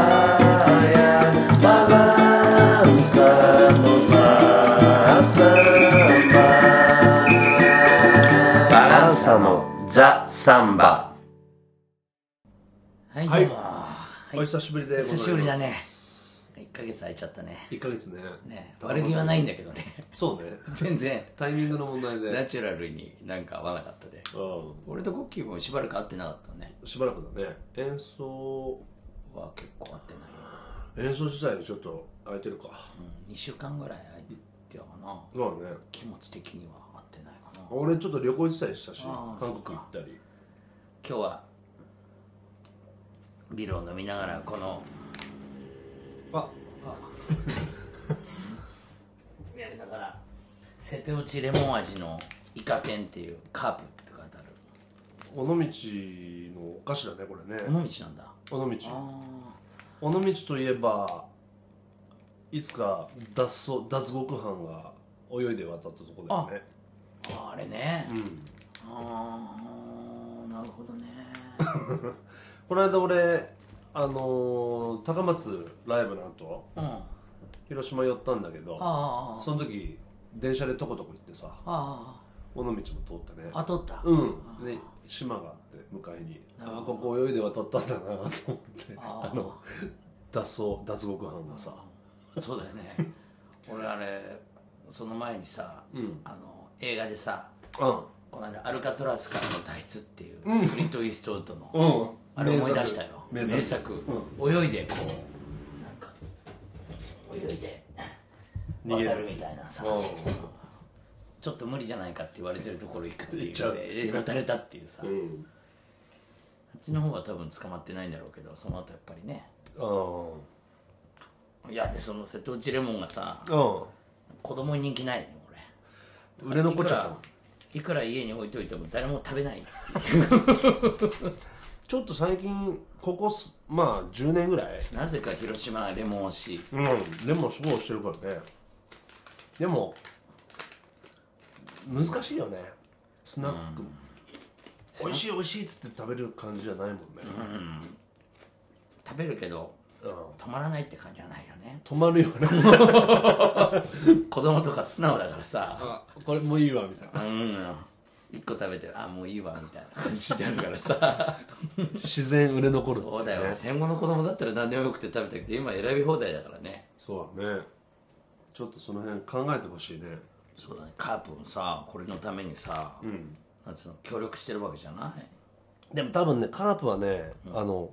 Praia, balançamos a samba. Balançamos a samba. はい、はいどうもお久しぶりでございます久しぶりだね1ヶ月空いちゃったね1ヶ月ねね悪気はないんだけどねそうね 全然タイミングの問題でナチュラルになんか合わなかったでう俺とコッキーもしばらく会ってなかったねんしばらくだね演奏は結構会ってないよ演奏自体ちょっと空いてるか2週間ぐらい会ってたかなまあね気持ち的には会ってないかな今俺ちょっと旅行自体したしあー韓国行ったり日はビールを飲みながらこのあいやだから瀬戸内レモン味のイカ天っていうカープって書いてある尾道のお菓子だねこれね尾道なんだ尾道あ尾道といえばいつか脱走脱獄犯が泳いで渡ったとこだよねーあれね、うんああなるほどねこの間俺あのー高松ライブの後うんあ広島寄ったんだけどあその時電車でとことこ行ってさあ尾道も通ったねああ取った、うんで島があって向かいにああここ泳いで渡ったんだなと思ってああーの脱走脱獄犯がさそうだよね俺あれその前にさ、うんあの映画でさうんこの間「アルカトラスからの脱出」っていう、クリント・イーストウッドの、うんあれ思い出したよ名名作作泳いでこうなんか泳いで逃げる渡るみたいなさうちょっと無理じゃないかって言われてるところ行くってい行っちゃううでで渡れたっていうさ、んうんあっちの方は多分捕まってないんだろうけどその後やっぱりねうんいやでその瀬戸内レモンがさうん子供に人気ないよこれ売れ残っちゃったのいくらいくら家に置いといても誰も食べないちょっと最近ここすまあ10年ぐらいなぜか広島はレモン推しうんでもすごい押してるからねでも難しいよねスナック、美味しい美味しいっつって食べる感じじゃないもんね、食べるけどうん止まらないって感じじゃないよね止まるよね子供とか素直だからさあこれもういいわみたいなうん一個食べてあもういいわみたいな感じになるからさ自然売れ残るってね そうだよ戦後の子供だったら何でもよくて食べたけど今選び放題だからねそうだねちょっとその辺考えてほしいねそうだねカープもさこれのためにさ、なんつうの協力してるわけじゃないでも多分ねカープはね、あの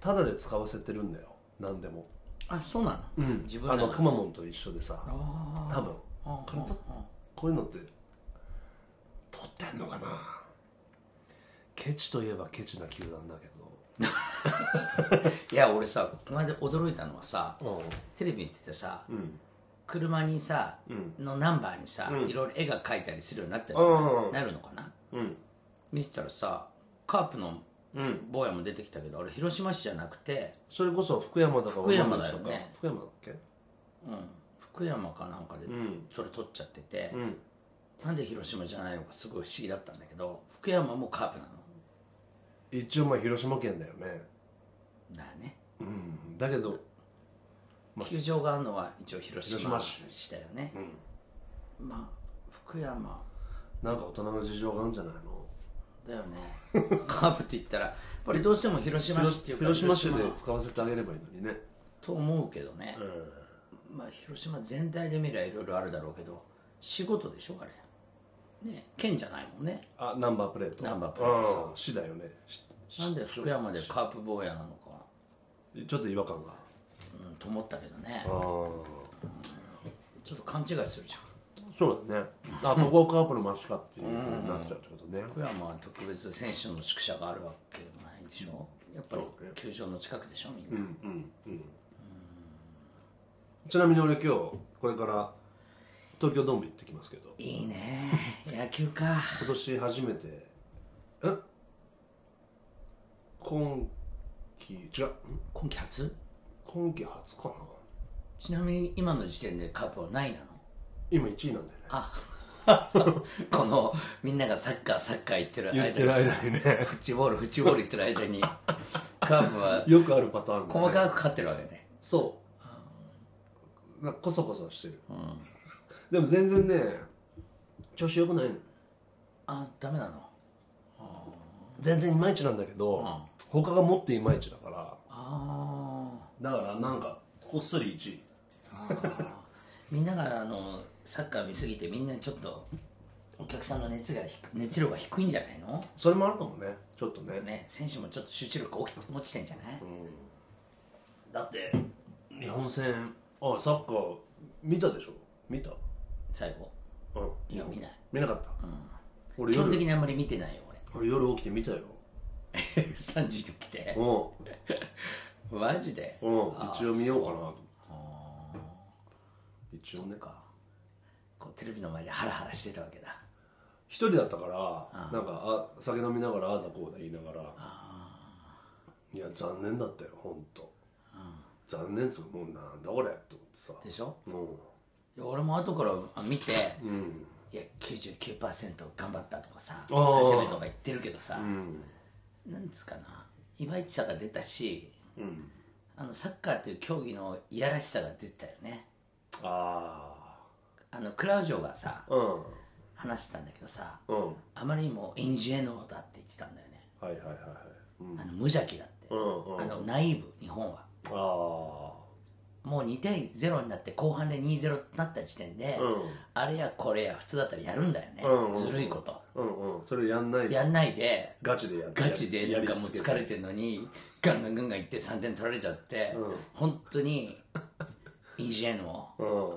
タダで使わせてるんだよ何でもあそうなの、自分あらのくまモンと一緒でさ多分これとこういうのって取ってんのかなケチといえばケチな球団だけいや俺さこの間驚いたのはさ、どテレビ見ててさ、ん車にさ、のナンバーにさ、いろいろ絵が描いたりするようになったじゃうんないうんうんなるのかなうん見てたらさカープのうん坊やも出てきたけどあれ広島市じゃなくて、それこそ福山だから福山だよね福山だっけうん、福山かなんかでんそれ撮っちゃってて、んなんで広島じゃないのかすごい不思議だったんだけど福山もカープなの一応まあ広島県だよねだよねうんだけどまあ球場があるのは一応広島広島市だよね、まあ福山なんか大人の事情があるんじゃないのだよね カープって言ったらやっぱりどうしても広島市っていうか広島市広で島使わせてあげればいいのにねと思うけどね、まあ広島全体で見りゃいろいろあるだろうけど仕事でしょあれね県じゃないもんねあナンバープレートナンバープレートさうん市だよねしなんで福山でカープ坊やなのか、ちょっと違和感がうん、と思ったけどねああちょっと勘違いするじゃんそうだねあここカープの町かっていうふうになっちゃうってことね福山は特別選手の宿舎があるわけでもないでしょやっぱり球場の近くでしょみんな、ちなみに俺今日これから東京ドーム行ってきますけどいいね野球か今年初めてえ今季違うん今季初今季初かなちなみに今の時点でカープはないなの今1位なんだよねあこのみんながサッカーサッカー言ってる間言にってる間にねフッチボールフッチボール言ってる間にカクアップは よくあるパターンだね細かく勝ってるわけねそうなんかこそこそしてる、でも全然ね調子よくないのあダメなの全然いまいちなんだけど、他がもっていまいちだからああだからなんかこっそり1位みんながあのサッカー見すぎてみんなちょっとお客さんの熱が低熱量が低いんじゃないのそれもあるかもねちょっとねね選手もちょっと集中力落ち落ちてんじゃない、だって日本戦あサッカー見たでしょ見た最後うんいや見ない見なかった、俺基本夜的にあんまり見てないよ俺夜起きて見たよ俺3時に来てうんマジでうん、一応見ようかなと思って一応ねこうテレビの前でハラハラしてたわけだ一人だったからなんかあ酒飲みながらああだこうだ言いながらいや残念だったよほんと残念っつうかもうなんだこれと思ってさでしょうんいや俺も後からあ見て、いや99%頑張ったとかさあー攻めとか言ってるけどさ、なんつうかな今市さが出たし、あのサッカーという競技のいやらしさが出てたよねああのクラウジョがさあうん話してたんだけどさうんはあまりにもインジェノーだって言ってたんだよね、いはいはいはいうんあの無邪気だって、うんうんあのナイーブ日本はあもう2対0になって後半で2-0になった時点で、うんあれやこれや普通だったらやるんだよね、うんうんずるいことあうんうんそれやんないでやんないでガチでやるガチでなんかもう疲れるてるのにガンガンガンガンいって3点取られちゃって、本当にイジェンを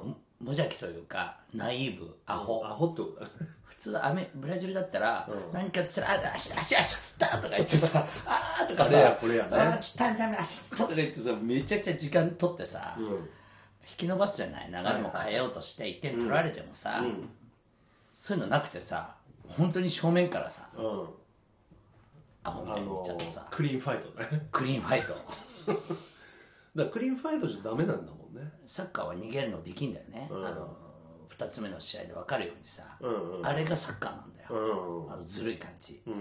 うん無邪気というかナイーブアホアホってことだね普通アメブラジルだったら、何かつらあ足足足つったとか言って さあーとかあれやさこれやねあーちょっとダメダメ足つったとか言ってさめちゃくちゃ時間取ってさ、引き伸ばすじゃない流れも変えようとして1点取られてもさ、そういうのなくてさ本当に正面からさうんアホみあたいに 言のっちゃってさ、クリーンファイトねだかクリーンファイトらクリーンファイトじゃダメなんだもんねサッカーは逃げるのできんだよね、あの2つ目の試合で分かるようにさ、んあれがサッカーなんだよ、うんあのずるい感じ、だで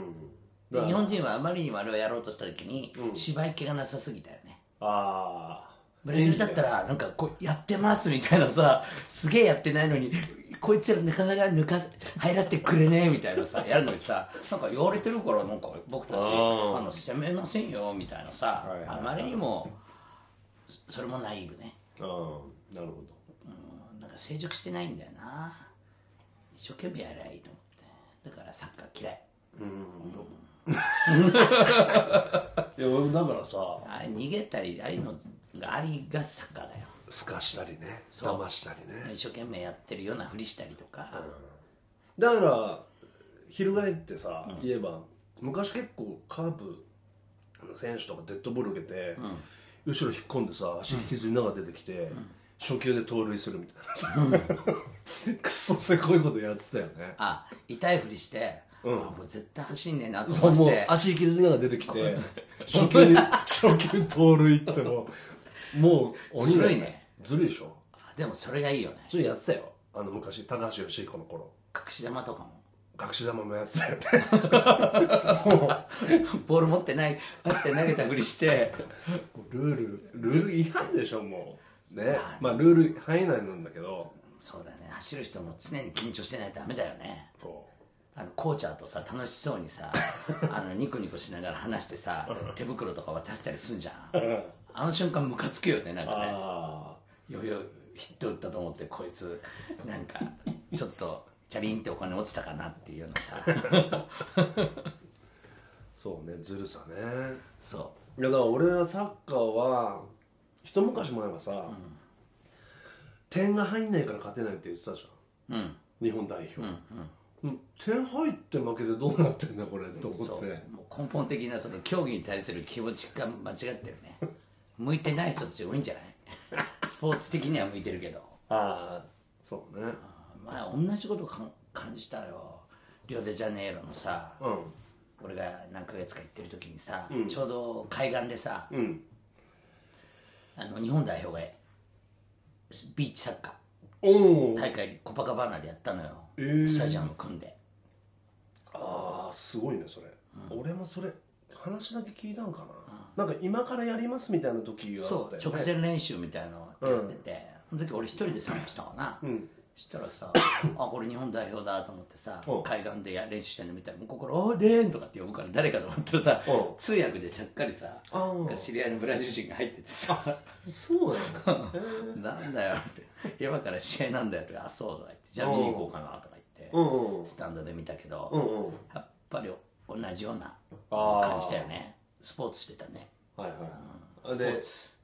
から日本人はあまりにもあれをやろうとした時に、芝居気がなさすぎたよねああブラジルだったらなんかこうやってますみたいなさ すげえやってないのにこいつらなかなか抜かせ入らせてくれねえみたいなさ やるのにさなんか言われてるからなんか僕たちああーの攻めませんよみたいなさ、はいはいはいあまりにもそそれもナイーブねうんなるほなんか成熟してないんだよな一生懸命やりゃいいと思ってだからサッカー嫌いどいや俺もだからさあ逃げたりああいうのがありがサッカーだよすかしたりね騙したりね一生懸命やってるようなふりしたりとか、だから翻ってさ、言えば昔結構カープの選手とかデッドボール受けて、後ろ引っ込んでさ足引きずりながら出てきて、初球で盗塁するみたいなさ、 くそせこいことやってたよねあ痛いふりして、あもう絶対走んねえなとそう思っもうて足引きずりながら出てきて初球に初球盗塁ってもうもう鬼ずだよるいねずるいでしょあでもそれがいいよねそれやってたよあの昔高橋義彦の頃隠し玉とかも隠し玉もやってたよねボール持ってない持って投げたふりして ルールルール違反でしょもうねまあルール範囲内なんだけどそうだね走る人も常に緊張してないとダメだよねそあのコーチャーとさ楽しそうに さあのニコニコしながら話してさ手袋とか渡したりすんじゃんあの瞬間ムカつくよねなんうかねあよよヒット打ったと思ってこいつなんかちょっとチャリンってお金落ちたかなっていうようなさそうねずるさねそいやだから俺はサッカーは一昔前はさ、点が入んないから勝てないって言ってたじゃん、日本代表、うん点入って負けてどうなってんだこれと思うそっうてもう根本的なその競技に対する気持ちが間違ってるね向いてない人たち多いんじゃないスポーツ的には向いてるけどああそうねまあ同じことかん感じたよリオデジャネイロのさ、うん俺が何ヶ月か行ってる時にさ、ちょうど海岸でさ、んあの日本代表がビーチサッカおおー大会コパカバーナでやったのよ、ースタジアム組んでああすごいねそれ、俺もそれ話だけ聞いたんかな、なんか今からやりますみたいな時があそっうたよ直ね前練習みたいなのやってて、その時俺一人で参加したのかな、そしたら さあこれ日本代表だと思ってさうん海岸でや練習してるの見たら向こうから「おーでーん」とかって呼ぶから誰かと思ったらさうん通訳でちゃっかりさうん知り合いのブラジル人が入っててさそうなの「なんだよ」って「今から試合なんだよ」とか「あそう」とか言って「じゃあ見に行こうかな」とか言うっんうんてスタンドで見たけど、うんうんやっぱり同じようなあー感じだよねスポーツしてたねはいはい、スポでーツ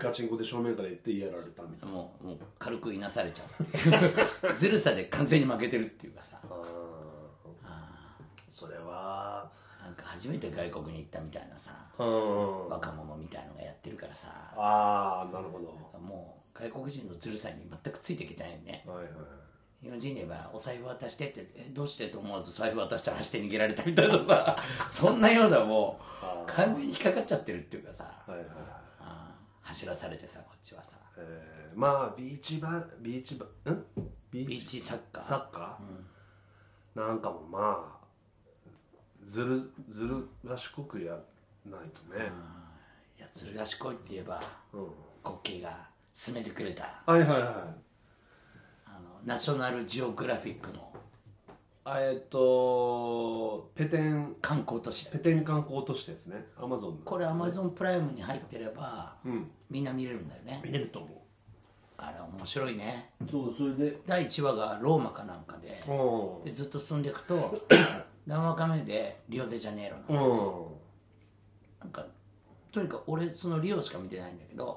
ガチンコで正面から行ってやられたみたいなもうもう軽くいなされちゃうって いうずるさで完全に負けてるっていうかさそれはなんか初めて外国に行ったみたいなさうん若者みたいのがやってるからさああなるほどもう外国人のずるさに全くついていけてないよねはいはい日本人で言えばお財布渡してってえどうしてと思わず財布渡したら走って逃げられたみたいなさ そんなようなもう完全に引っかかっちゃってるっていうかさ、はいはいあー走らされてさこっちはさえー、まあビーチバビーチバんビビーチサッカーサッカー、なんかもまあずるずる賢くやらないとね、いやずる賢いって言えば、ゴッキーが勧めてくれたはいはいはいあのナショナルジオグラフィックのあえっとペテン観光都市だペテン観光都市ですねアマゾンのこれアマゾンプライムに入ってれば、みんな見れるんだよね見れると思あれ面白いねうそうそれで第1話がローマかなんかでうんでずっと進んでいく と何話か目でリオデジャネイロのなうんんかとにかく俺そのリオしか見てないんだけど、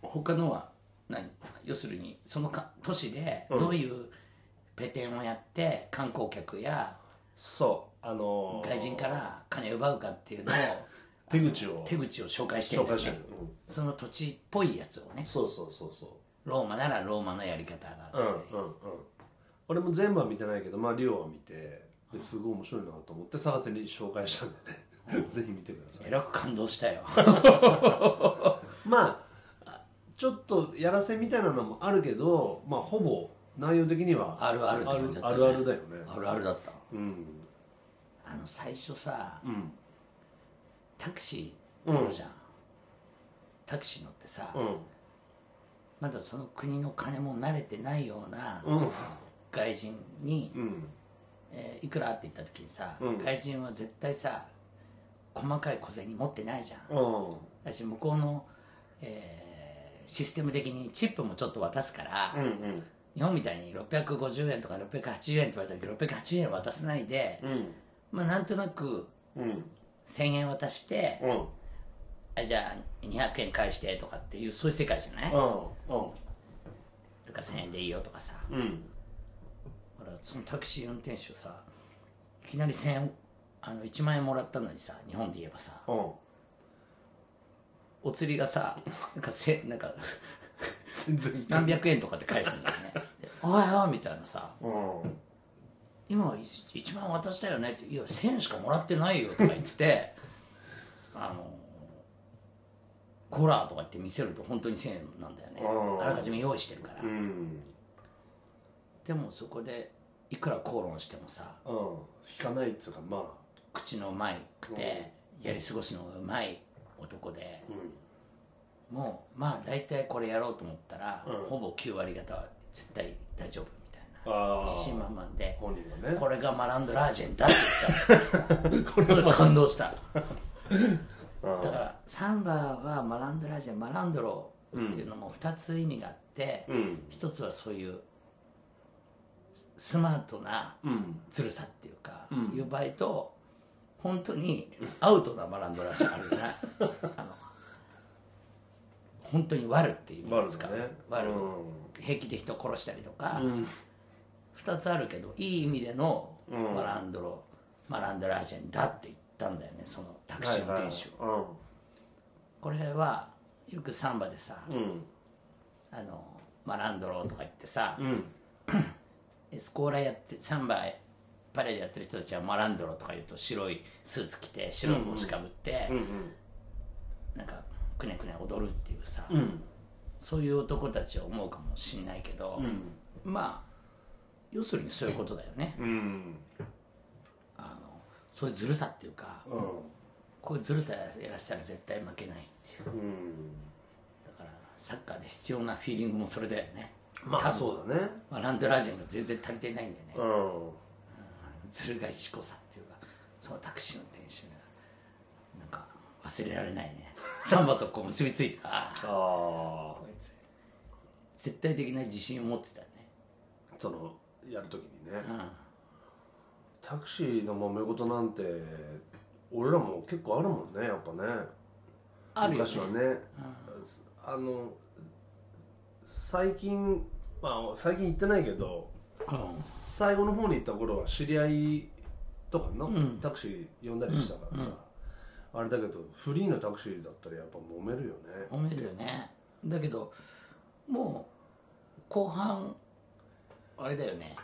他のは何要するにそのか都市でどういうペテンをやって観光客やそうあのー外人から金奪うかっていうのを 手口を手口を紹介してる紹んだよ介してるね、その土地っぽいやつをねそうそうそうそローマならローマのやり方がううんあうんっうんて、俺も全部は見てないけどまあリオは見てですごい面白いなと思って探せに紹介したんでね ぜひ見てくださいえらく感動した よまああちょっとやらせみたいなのもあるけどまあほぼ内容的にはあるあるって感じだあったるよあねるあるだよねあるあるだったうんあの最初さ、んタクシー乗るじゃん、タクシー乗ってさ、うんまだその国の金も慣れてないようなうん外人に、うんえーいくらって言った時にさ、うん外人は絶対さ細かい小銭持ってないじゃんうんだし向こうの、えーシステム的にチップもちょっと渡すから、うんうん日本みたいに650円とか680円って言われたけど680円渡さないで、うんまあ、なんとなくうん1000円渡して、うんうんあじゃあ200円返してとかっていうそういう世界じゃない、とか1000円でいいよとかさうんうんほらそのタクシー運転手をさいきなり1000円あの1万円もらったのにさ日本で言えばさうんお釣りがさなんかせなんか全然何百円とかで返すんだよねで「おいおい」みたいなさうん今はい1万円渡したよねって「いや1000円しかもらってないよ」とか言って「あのコラー」とか言って見せると本当に1000円なんだよねうんあらかじめ用意してるから、うんでもそこでいくら口論してもさうん引かないっていうかま口のうまくてやり過ごすのがうまい男で、もうまあ大体これやろうと思ったら、ほぼ9割方は絶対大丈夫みたいああな自信満々で本人がねこれがマランドラージェンだって言ったのこれは感動 しただからサンバはマランドラージェンマランドロっていうのも2つ意味があって、ん一1つはそういうスマートなうんずるさっていうか、いう場合と本当にアウトなマランドラージェンあるよね あの本当に悪っていう意味ですか悪だね悪うん平気で人殺したりとか、2つあるけどいい意味でのマランドロ、マランドラージェンだって言ったんだよねそのタクシー運転手、これはよくサンバでさ、うんあのマランドロとか言ってさ、うんエスコーラやってサンバパレードやってる人たちはマランドロとか言うと白いスーツ着て白い帽子かぶって、なんかくねくね踊るっていうさ、そういう男たちは思うかもしんないけど、まあ要するにそういうことだよね、うんそういうずるさっていうか、うんここういうずるさやらせたら絶対負けないっていう、だからサッカーで必要なフィーリングもそれだよねまあう、そうだねまあ、ランドラージンが全然足りてないんだよね、うんずる賢さっていうかそのタクシーの店主がなんか忘れられないねサンバとこう結びついたああああこいつ絶対的な自信を持ってたねそのやるときにね、んタクシーの揉め事なんて俺らも結構あるもんねやっぱねあるよね昔はね、あの最近まあ最近行ってないけどう最後の方に行った頃は知り合いとかの、タクシー呼んだりしたからさ、あれだけどフリーのタクシーだったらやっぱ揉めるよねん、褒めるよねだけどもう後半あれだよね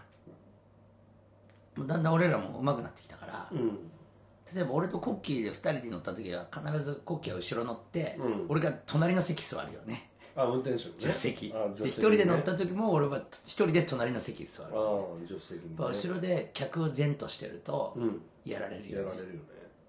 もうだんだん俺らも上手くなってきたから、うん例えば俺とコッキーで2人で乗った時は必ずコッキーは後ろ乗って、うん俺が隣の席座るよねあ運転手ね助手席であ助一手席ね人で乗った時も俺は一人で隣の席に座るあやっあ助手席にねぱ後ろで客を前としてるとんやられるやよられねるよね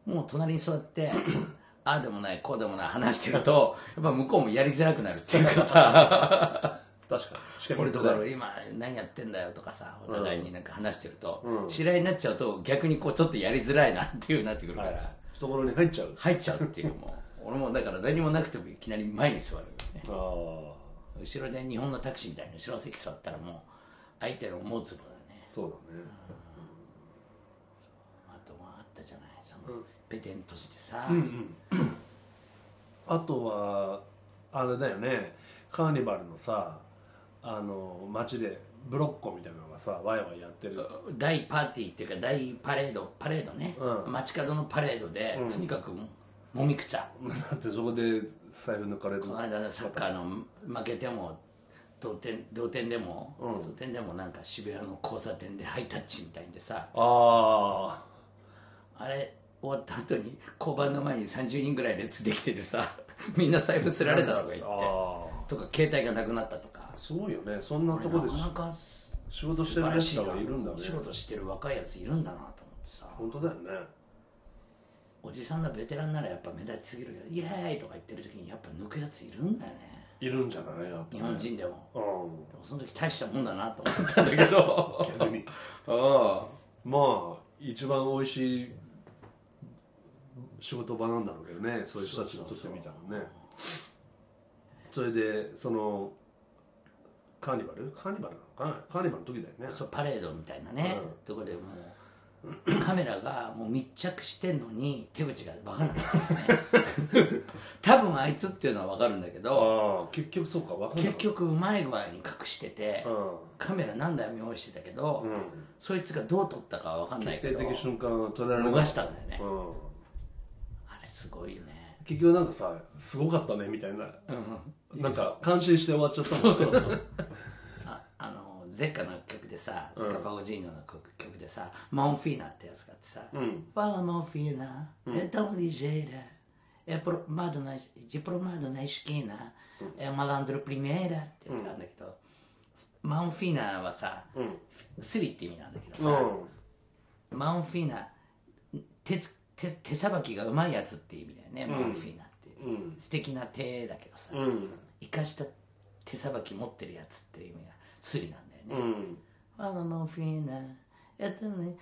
もう隣に座って ああでもないこうでもない話してるとやっぱ向こうもやりづらくなるっていうかさ確かにしか俺とかの今何やってんだよとかさお互いになんか話してると知り合いになっちゃうと逆にこうちょっとやりづらいなっていうなってくるかはら、い懐に入っちゃう入っちゃうっていうもう俺もだから何もなくてもいきなり前に座るよねああ後ろで日本のタクシーみたいに後ろの席座ったらもう相手の思うつぼだねそうだねあとはあったじゃないそのペテンとしてさ、あとはあれだよねカーニバルのさあの街でブロッコみたいなのがさワイワイやってる大パーティーっていうか大パレードパレードね、うん街角のパレードで、とにかくももみくちゃだってそこで財布抜かれるこの間のサッカーの負けても同点同点でも、同点でもなんか渋谷の交差点でハイタッチみたいんでさああれ終わった後に交番の前に30人ぐらい列できててさみんな財布すられたとか言ってあとか携帯がなくなったとかあすごいよねそんなとこでなかなか仕仕事してるやつらがいるんだね仕事してる若いやついるんだなと思ってさ本当だよねおじさんのベテランならやっぱ目立ちすぎるけど「イエーイ!」とか言ってる時にやっぱ抜くやついるんだよねいるんじゃないやっ日本人でもぱうんでもその時大したもんだなと思ったんだけど逆にあまあ一番美味しい仕事場なんだろうけどねそういう人たちにとってみたらねそれでそのカーニバルカーニバルなのかなカーニバルの時だよあねそうパレードみたいなね、うんとこでもうカメラがもう密着してんのに手口が分かんなかったよね 多分あいつっていうのは分かるんだけどああ結局そうか分かんな結い局うまい具合に隠してて、うんカメラ何台も用意してたけど、そいつがどう撮ったかは分かんないけ決ど定的瞬間を捉えられなか逃っしたんだよね、たうんあれすごいよね結局なんかさすごかったねみたいななんか感心して終わっちゃったもんねああのゼッカの曲でさゼッカ・パゴジーノの曲,、曲でさマンフィーナってやつがあってさん「パラマンフィーナエタムリジェラエプロマドナジプロマドナイシキーナエマランドルプリメーラ」ってやつがあるんだけど、マンフィーナはさ、スリって意味なんだけどさ、 うんマンフィーナ手つ手手さばきがうまいやつっていう意味だよね、マンフィーナって、素敵な手だけどさ、生かした手さばき持ってるやつっていう意味がスリなんだよね、うんあのマンフィーナやったのね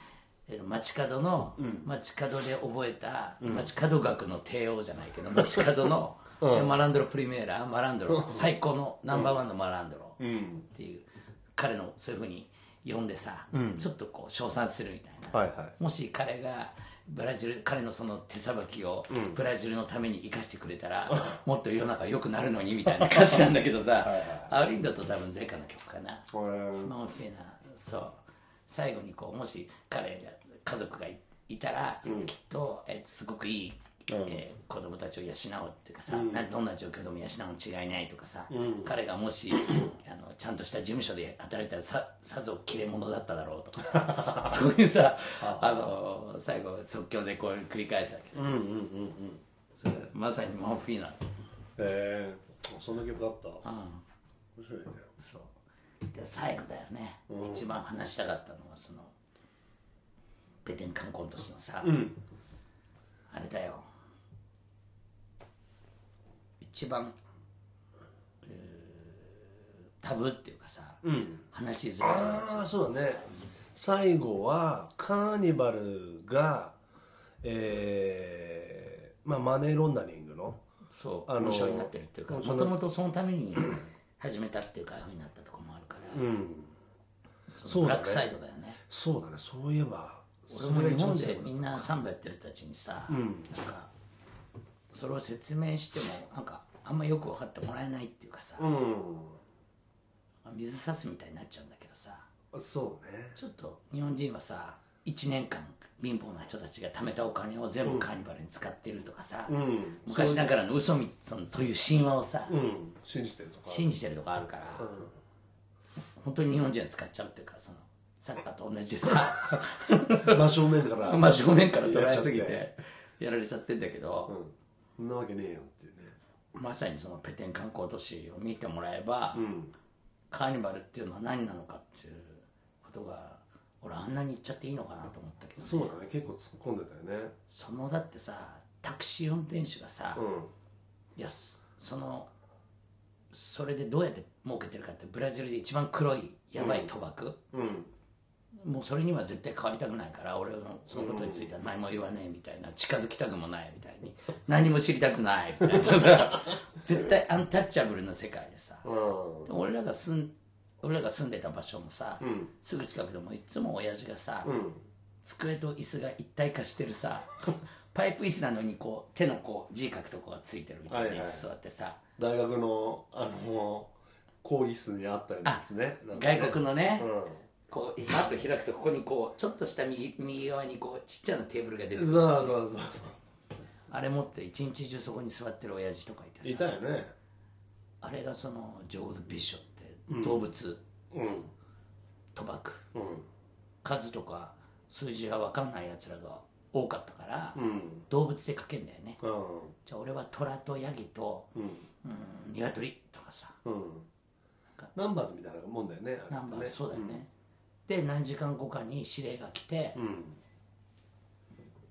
えー街角の、街角で覚えた、街角学の帝王じゃないけど街角 の、でマランドロプリメーラマランドロ最高のナンバーワンのマランドロっていう、彼のそういうふうに呼んでさ、ちょっとこう称賛するみたいな、はいはいもし彼がブラジル彼のその手さばきをブラジルのために生かしてくれたら、もっと世の中良くなるのにみたいな歌詞なんだけ どさアウリンドと多分ゼカの曲かなこれマンフィーナそう最後にこうもし彼が家族がいいたら、きっと、えーすごくいい、えー子供たちを養うっていうかさ、などんな状況でも養うに違いないとかさ、彼がもしあのちゃんとした事務所で働いたらささぞ切れ者だっただろうとかさそういうさあの最後即興でこう繰り返すわけ、それまさにマンフィーナええそんな曲あった面白いねそうで最後だよね、一番話したかったのはそのベテンカンコント師のさ、あれだよ一番、えータブーっていうかさ、話しづらいのがああそうだね最後はカーニバルがえーまあマネーロンダリングのそうあの無償になってるっていうかもそのともとそのために始めたっていうかああいうふうになったところもあるから、そうブだラねックサイドだよねそうだねそういえばそ俺もれが日一本番最で後みんなサンバやってる人たちにさ、なんかそれを説明してもなんかあんまよく分かってもらえないっていうかさ、まあ水差すみたいになっちゃうんだけどさうんそうねちょっと日本人はさ1年間貧乏な人たちが貯めたお金を全部カーニバルに使ってるとかさ、昔ながらの嘘みそのそういう神話をさ、うん信じてるとか信じてるとかあるから、本当に日本人は使っちゃうっていうかそのサッカーと同じでさ真正面か らまあ正面から捉えすぎやっちゃてやられちゃってんだけど、そんなわけねえよっていうねまさにそのペテン観光都市を見てもらえば、カーニバルっていうのは何なのかっていうことが俺あんなに言っちゃっていいのかなと思ったけど、そうだね結構突っ込んでたよねそのだってさタクシー運転手がさ、うんいやそそのそれでどうやって儲けてるかってブラジルで一番黒いやばい賭博、うんもうそれには絶対変わりたくないから俺のそのことについては何も言わねえみたいな近づきたくもないみたいに 何も知りたくないみたいなさ 絶対アンタッチャブルの世界でさうん俺らが住ん俺らが住んでた場所もさ、んすぐ近くでもいつも親父がさ、うん机と椅子が一体化してるさ パイプ椅子なのにこう手のこう字書くとこがついてるみたいなはい椅はい子座ってさ、大学のあの講義室にあったやつねなんかね外国のね、うんこうパッと開くとここにこうちょっとした右右側にこうちっちゃなテーブルが出てそうるそうそうそあれ持って一日中そこに座ってる親父とかいうていさたよねあれがそのジョーズ・ビッショって動物、うん賭博うん数とか数字が分かんないやつらが多かったから、うん動物で書けんだよねうんじゃあ俺は虎とヤギと、うん、鶏とかさうんナンバーズみたいなもんだよねナンバーそうだよね、で何時間後かに指令が来て、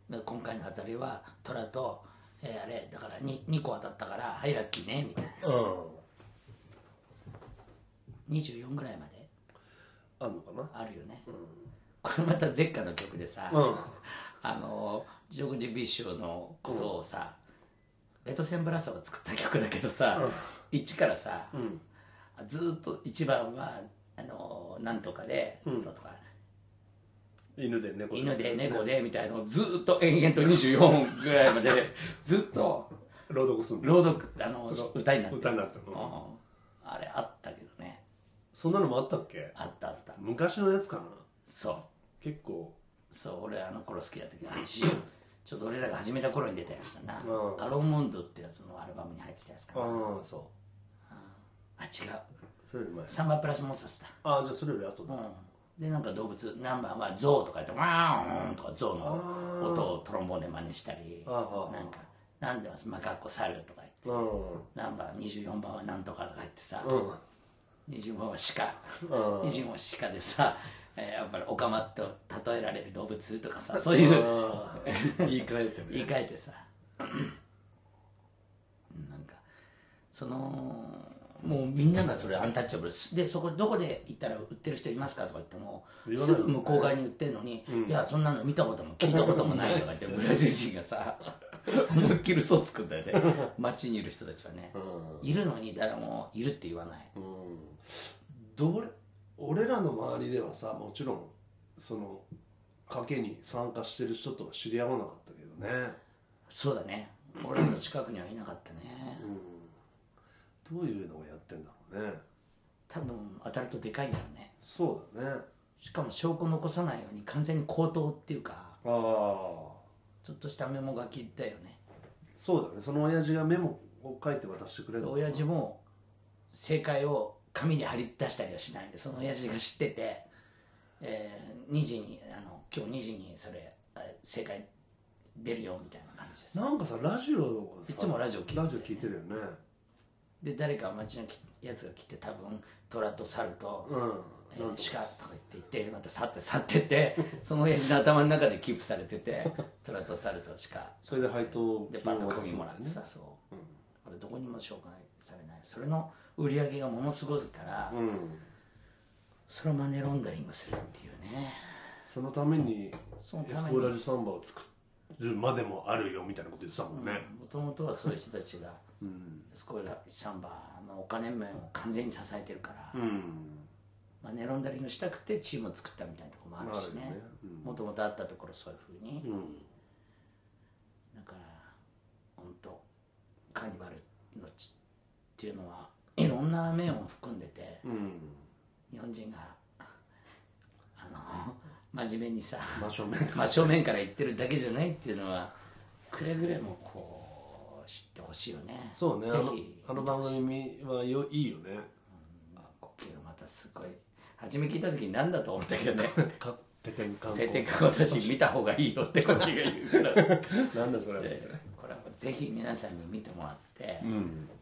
で今回の当たりは虎と、えーあれだから 2, 2個当たったからはいラッキーねみたいなうん24ぐらいまであんのかなあるよね、これまたゼッカの曲でさ、うんあのジョージ・ビッシュのことをさ、ベトセン・ブラストが作った曲だけどさ、一1からさ、ずーっと1番はあのなんとかで、とか犬で猫犬で猫でみたいのをずーっと延々と24ぐらいまでずっと朗読すんの朗読あの歌になってる歌になってるうんあれあったけどねそんなのもあったっけあったあった昔のやつかなそう結構そう俺あの頃好きだったけど80ちょっと俺らが始めた頃に出たやつだな「うんアローモンド」ってやつのアルバムに入ってたやつかなああそあ違ううそれより前サンバプラスモンスターズだああじゃあそれより後だでなんか動物ナンバーはゾウとか言ってワーンとかゾウの音をトロンボーンで真似したりあーなんかなんでますマカコサルとか言ってうんうんナンバー24番はなんとかとか言ってさ、うん25番は鹿、25番は鹿でさ、えーやっぱりオカマと例えられる動物とかさそういうあー言い換えて言いね換えてさうんなんかそのもうみんながそれアンタッチャブルですでそこどこで行ったら売ってる人いますかとか言っても言わないすぐ向こう側に売ってるのに、いやそんなの見たことも聞いたこともないとか言ってブラジル人が さ思いっきり嘘つくんだよね街にいる人たちはね、いるのに誰もいるって言わない、どれ俺らの周りではさもちろんその賭けに参加してる人とは知り合わなかったけどねそうだね俺の近くにはいなかったね、どういうのをやってんだろうね多分当たるとでかいんだろうねそうだねしかも証拠残さないように完全に口頭っていうかああちょっとしたメモ書きだよねそうだねその親父がメモを書いて渡してくれるでの親父も正解を紙に貼り出したりはしないでその親父が知ってて、えー2時にあの今日2時にそれあ正解出るよみたいな感じですなんかさラジオをさいつもラジオ聞いてるラジオ聞いてるよねで誰か町のやつが来て多分虎と猿と、えー鹿とか言っていてまた去って去ってってその親父の頭の中でキープされてて虎と猿と鹿それで配当でパッと金を渡紙すんもらだよってねさそう、俺どこにも紹介されないそれの売り上げがものすごいから、それをマネーロンダリングするっていうねそのためにそのたエめにスコーラジサンバを作るまでもあるよみたいなこと言ってたもんね、もともとはそういう人たちが、スコーラシャンバーのお金面を完全に支えてるから、マネーロンダリングしたくてチームを作ったみたいなところもあるしまああねるよねもともとあったところそういうふうに、だから本当カーニバルのちっていうのはいろんな面を含んでて、日本人があの真面目にさ真正面真正面から言ってるだけじゃないっていうのはくれぐれもこう知ってほしいよねそうねあぜのひあの番組はよいいよねこっけがまたすごい初め聞いた時に何だと思ったけ どねかペテン観ペ光テカ私見た方がいいよってこっちが言う からなんだそれこれはぜひ皆さんに見てもらって、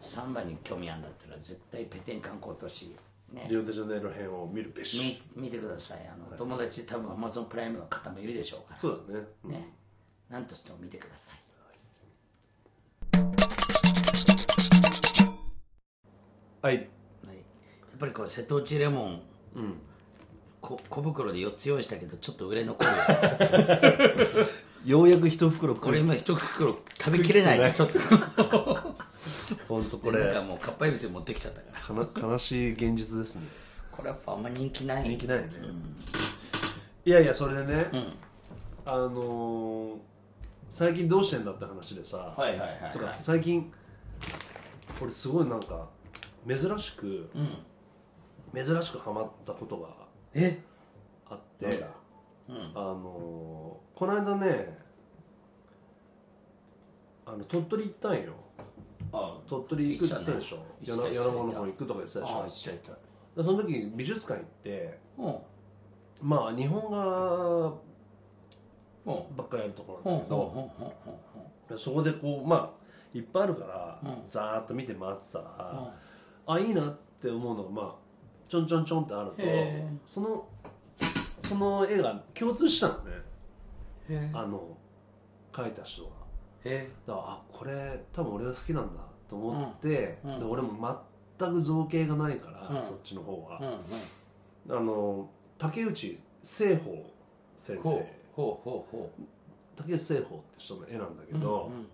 サンバに興味あるんだったら絶対ペテン観光都市ねリオデジャネイロ編を見るべし見見てくださいあの、友達多分アマゾンプライムの方もいるでしょうからそうだねうんね、何としても見てくださいははいいやっぱりこれ瀬戸内レモン、こ小袋で4つ用意したけどちょっと売れ残るようやく一袋ここれ今一袋食べきれないちょっとほんとこなんれかもうかっぱえびせん持ってきちゃったからかな 悲しい現実ですねこれやっぱあんま人気ない人気ないね、いやいやそれでね、あのー、最近どうしてんだって話でさ、はいはいはいはいつうか最近俺すごいなんか珍しく、珍しくハマったことがえあって、あのー、この間ねあの鳥取行ったんよあ鳥取行くって言ってたでしょ行っ米てたね行って子、たの方行くとか言ってたでしあょあ一緒いたでその時に美術館行ってうんまあ日本画うんばっかりやるとこうろなんんうだんうんうけど、んそこでこうまあいっぱいあるから、ざーっと見て回ってたら、あいいなって思うのがまあちょんちょんちょんってあるとへーそのその絵が共通したのねへえあの描いた人がへだからあこれ多分俺が好きなんだと思って、で俺も全く造形がないから、そっちの方えうんは、うんあの竹内聖宝先ほう生ほうほうほ竹内聖宝って人の絵なんだけうど、うん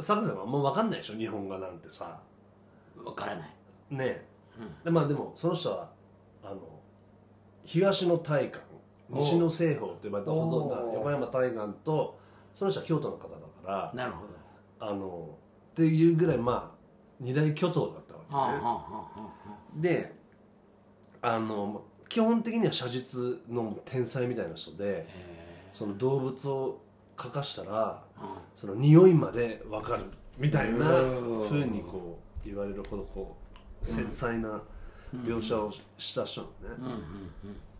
サクさんはもう分かんないでしょ日本画なんてさうんわからないねえ、でまあでもその人はあの東の大観西の西方って呼ばれたほとんおどう横山大観とその人は京都の方だからなるほどあのっていうぐらいまあ二大巨頭だったはあわはあけね、はあはあであの基本的には写実の天才みたいな人でその動物を描かしたら、その匂いまで分かるみたいなうんふうにこう言われるほどこう繊細な描写をした人なのね、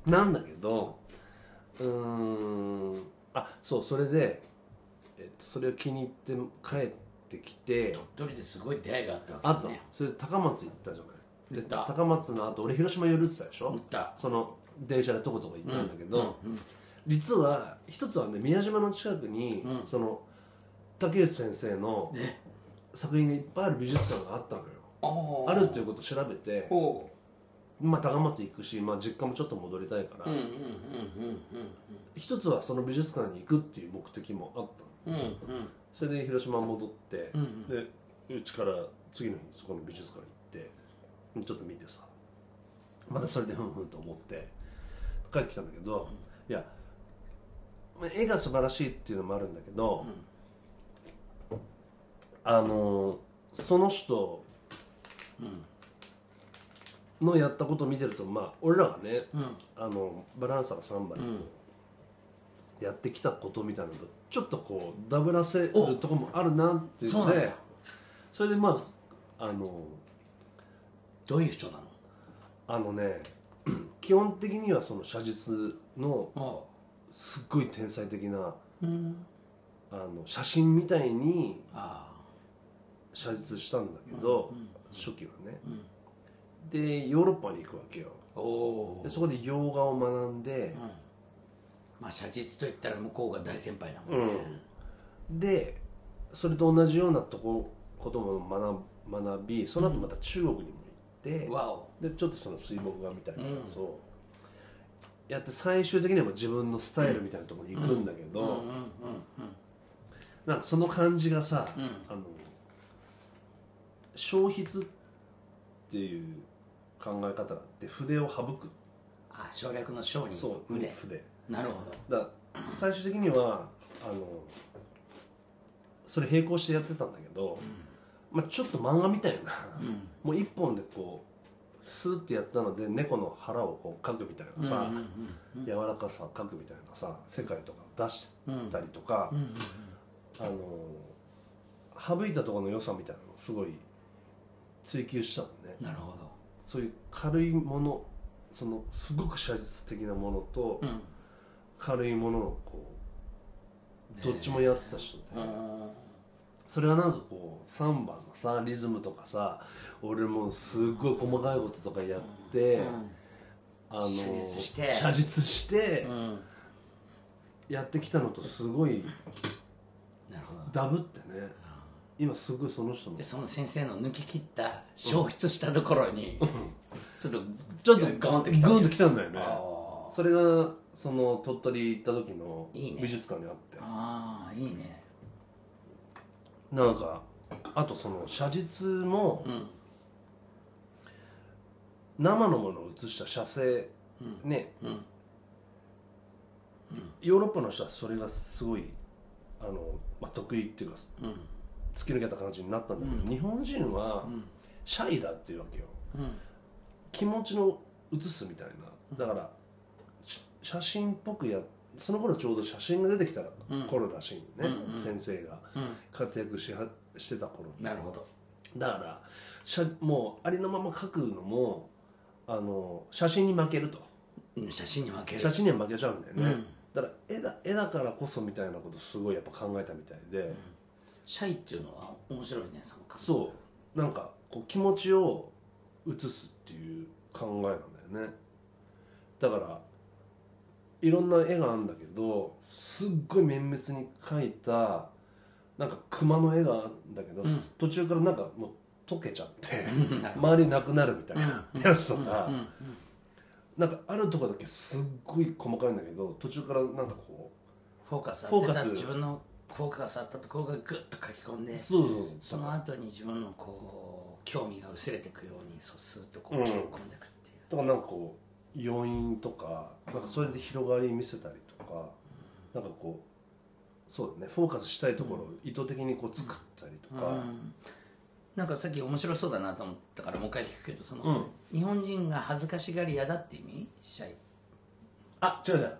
なんだけどうーんあそうそれで、えっと、それを気に入って帰ってきて鳥取ですごい出会いがあったあわけと、ねそれで高松行ったじゃない行でった高松のあと俺広島寄るってたでしょ行ったその電車でとことこ行ったんだけど、実は一つはね宮島の近くに、その竹内先生の作品がいっぱいある美術館があったのよああるっていうことを調べて、ほまあ、高松行くし、まあ、実家もちょっと戻りたいから、ううんうんうん一つはその美術館に行くっていう目的もあったのうんうんうんそれで広島戻って、でうちから次の日そこの美術館行ってちょっと見てさまたそれでふんふんと思って帰ってきたんだけど、いやまあ絵が素晴らしいっていうのもあるんだけど、あのその人のやったことを見てるとまあ俺らがね、あのバランサが3番やってきたことみたいなのとちょっとこうダブらせるとこもあるなっていうそうのなんでだそれでまああのどういう人なのあのね 基本的にはその写実のあすっごい天才的な、あの写真みたいにあ写実したんだけど、初期はね、でヨーロッパに行くわけよおおでそこで洋画を学んで、まあ写実といったら向こうが大先輩だもんねでそれと同じようなとこことも学学びその後また中国にも行って、わおでちょっとその水墨画みたいなやつをやって最終的には自分のスタイルみたいなところに行くんだけど、なんかその感じがさ、あの消筆っていう考え方があって筆を省くあ省略の省にそう腕筆なるほどだから最終的にはあのそれ並行してやってたんだけど、まあ、ちょっと漫画みたいな、もう一本でこうスーってやったので猫の腹をこう描くみたいなさ、柔らかさを描くみたいなさ世界とか出したりとか、あの省いたところの良さみたいなのをすごい追求したのね。なるほどそういう軽いものそのすごく写実的なものと、軽いもののこうどっちもやってた人で、それはなんかこうサンバのさリズムとかさ俺もすごい細かいこととかやって、あの写実して写実してやってきたのとすごいなるほどダブってね今すごいその人のでその先生の抜き切った消失したところに、ちょっとちょっとガーンってきたガーンと来たんだよねあそれがその鳥取行った時のいいね美術館にあってああいいねなんかあとその写実も、生のものを写した写生、ね、ヨーロッパの人はそれがすごいあの、まあ、得意っていうか、突き抜けた感じになったんだけど、日本人はシャイだっていうわけよ、気持ちの写すみたいなだから、し写真っぽくやその頃ちょうど写真が出てきた頃らしいのね、先生が活躍しはしてた頃なるほどだから写もうありのまま描くのもあの写真に負けるとうん写真に負ける写真には負けちゃうんだよね、だから絵だ絵だからこそみたいなことすごいやっぱ考えたみたいで、シャイっていうのは面白いねその感そうなんかこう気持ちを移すっていう考えなんだよねだからいろんな絵があるんだけどすっごい綿密に描いたなんか熊の絵があるんだけど、途中からなんかもう溶けちゃって周りなくなるみたいなやつとか、なんかあるとこだけすっごい細かいんだけど途中からなんかこフォーカスフ当ォてーカたス自分のフォーカス当たったところがグッと書き込んでうそうそうその後に自分のこう興味が薄れていくようにそうスーッとこううん切り込んでいくっていう、だからなんかこう余韻とかなんかそれで広がり見せたりとか、なんかこうそうだねフォーカスしたいところを意図的にこう作ったりとか、なんかさっき面白そうだなと思ったからもう一回聞くけどその、日本人が恥ずかしがり屋だって意味シャイあ違う違う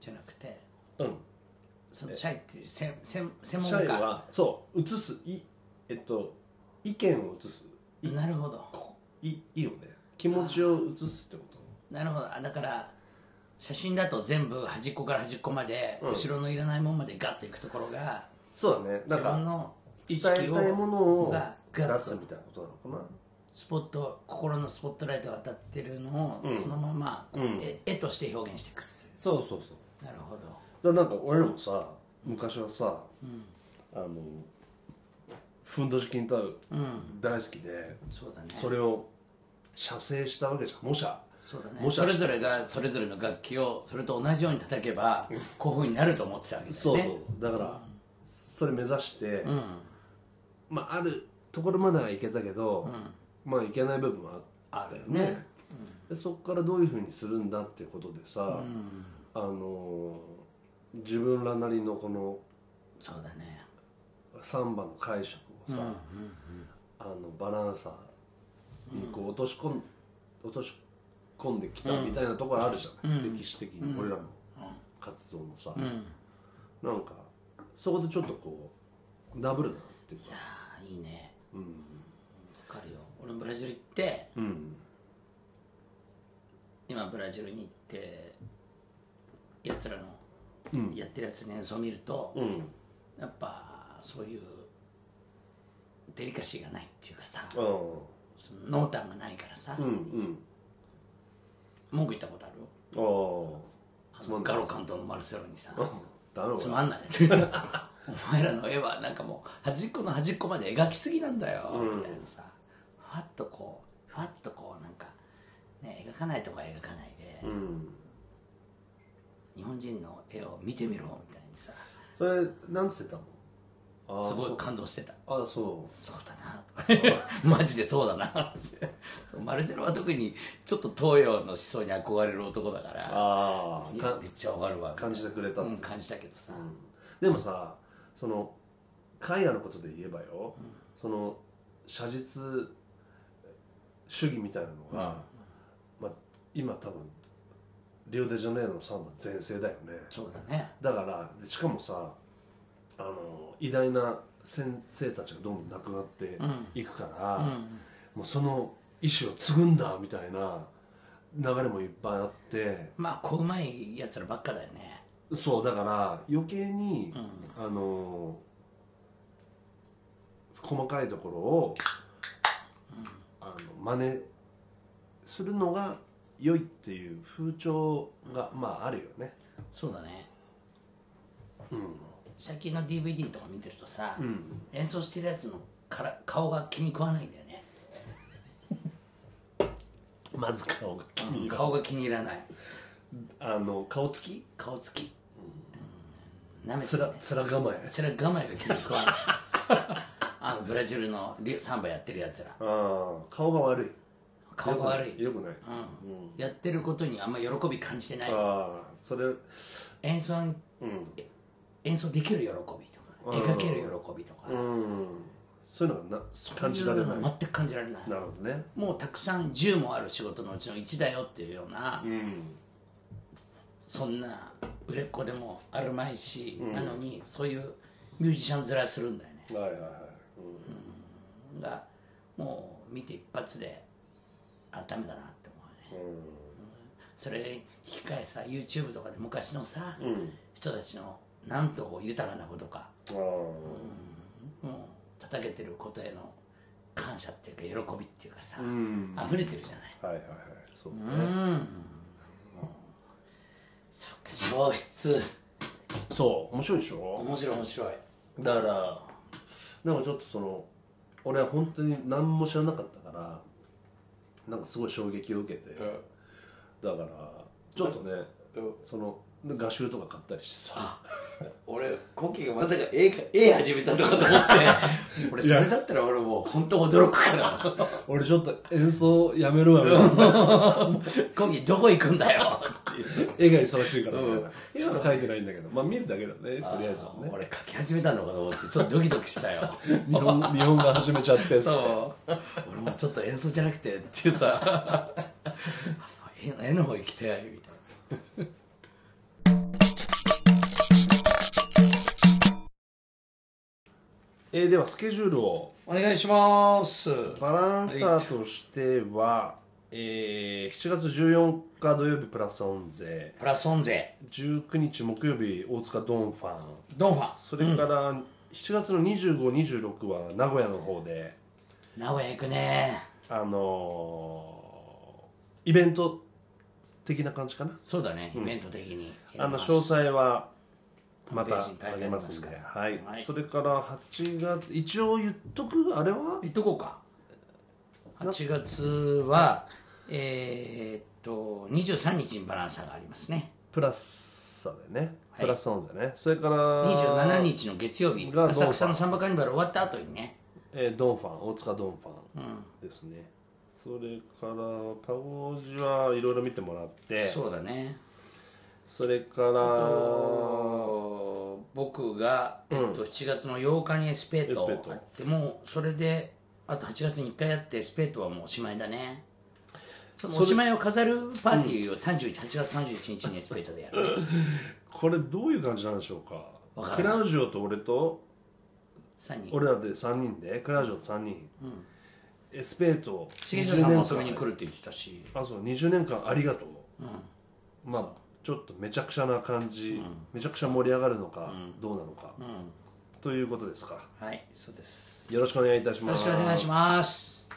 じゃなくてうんそのシャイっていう専専専門社家員はそう映すいえっと意見を映すなるほどいいいよね気持ちを映すってことなるほどあだから写真だと全部端っこから端っこまで、後ろのいらないもんまでガッといくところがそうだねだ自か分らの意伝識えをたいものをが出ガッすとみたいなことなのかな、スポット心のスポットライトが当たってるのを、そのまま、こう絵絵として表現していくっていそうそうそううなるほどだからなんか俺らもさ昔はさ、あのふんどし金太郎大好きで、そうだねそれを写生したわけじゃん模写そうだ模ね写それぞれがそれぞれの楽器をそれと同じように叩けば、こういうふうになると思ってたわけですそうねそう、だから、それ目指して、まああるところまではいけたけど、まあいけない部分はあったよねあるねでそこからどういうふうにするんだってことでさ、あのー自分らなりのこのそうだねサンバの解釈をさ、あのバランサーにこう落とし込ん、落とし込んできたみたいなところあるじゃない、歴史的に俺らの活動のさ、なんかそこでちょっとこうダブルだなっていうかああいいねうん分かるよ俺もブラジル行って、ん今ブラジルに行ってやつらの、やってるやつの演奏を見ると、うんやっぱそういうデリカシーがないっていうかさ、ああその濃淡がないからさ、うんうん文句言ったことあるよあああのガロ監督のマルセロにさだろうつ なまんないおお前らの絵はなんかもう端っこの端っこまで描きすぎなんだよ、みたいなさふわっとこうふわっとこうなんか、ね、描かないとこは描かないで、うん日本人の絵を見てみろみたいにさそれなんつってたのあーすごい感動してたあそそうだな マジでそうだなそうマルセロは特にちょっと東洋の思想に憧れる男だからうあいあやかめっちゃわかるわ感じてくれたうんでんす感じたけどさ、でもさその絵画のことで言えばよ、その写実主義みたいなのが、まあ、今多分リオデジャネイロのサンバ全盛だよねそうだねだからでしかもさあの偉大な先生たちがどんどん亡くなっていくから、もうその意思を継ぐんだみたいな流れもいっぱいあってまあこううまいやつらばっかだよねそうだから余計に、あの細かいところを、あの真似するのが良いっていう風潮が、まああるよねそうだね最近の DVD とか見てるとさ、演奏してるやつのから顔が気に食わないんだよね、まず顔が気に入らない顔が気に入らないあの顔つき顔つきうんなめてつるらねつら構えそれは我慢が気に食 わないあのブラジルのリサンバやってるやつらああ顔が悪い顔が悪いよくないよくない、やってることにあんま喜び感じてないああそれうん演奏に演奏できる喜びとか描ける喜びとか、うんそういうのがな感じられそうないいうのなる全く感じられないほどねもうたくさん10もある仕事のうちの1だよっていうような、そんな売れっ子でもあるまいし、なのにそういうミュージシャン面するんだよねはいはいはい、がもう見て一発であダメだなって思うね、それに引き換えさ YouTube とかで昔のさ、人たちのなんとこう豊かなことかうん、ああもう叩けてることへの感謝っていうか喜びっていうかさ、溢れてるじゃないはいはいはいそうね、そっか消失そう面白いでしょ面白い面白いだからなんかちょっとその俺は本当に何も知らなかったからなんかすごい衝撃を受けて、だからちょっとね、その画集とか買ったりしてさ俺コキがまさか絵か絵始めたとかと思って俺それだったら俺もう本当驚くから俺ちょっと演奏やめるわみたいなコキどこ行くんだよ絵が忙しいからみうたいんな絵は描いてないんだけどまあ見るだけだねとりあえずはね俺描き始めたのかと思ってちょっとドキドキしたよ日本日本が始めちゃってっつってそう俺もちょっと演奏じゃなくてっていうさ絵の絵の方行きたいみたいなえーではスケジュールをお願いしますバランサーとしては、えー7月14日土曜日プラスオンゼプラスオンゼ19日木曜日大塚ドンファンドンファンそれから7月の2526は名古屋の方で名古屋行くねあのーイベント的な感じかなそうだねイベント的に、あの詳細はまホームページに書たいてあありりまますすんかで、らはいはいそれから8月一応言っとくあれは言っとこうか8月はえーっと23日にバランサがありますねプラスさでね、いプラスオンでねそれから27日の月曜日がどうか浅草のサンバカーニバル終わった後にねえードンファン大塚ドンファンですね、それからパゴージはいろいろ見てもらってそそうだねれからお僕が、えっと、7月の8日にエスペートエスペートあってもうそれであと8月に1回やってエスペートはもうおしまいだねそのおしまいを飾るパーティーを31、8月31日にエスペートでやるこれどういう感じなんでしょうかわからなクいラウジオと俺と3人俺らで3人でクラウジオと3人、エスペート重下さんも遊20び年に間来るって言ってたしあそう20年間ありがとう、まあちょっとめちゃくちゃな感じ、めちゃくちゃ盛り上がるのか、どうなのか、ということですかはいそうですよろしくお願いいたしよまろしすくお願いします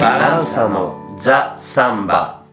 バランサのザ・サンバサのザ・サンバ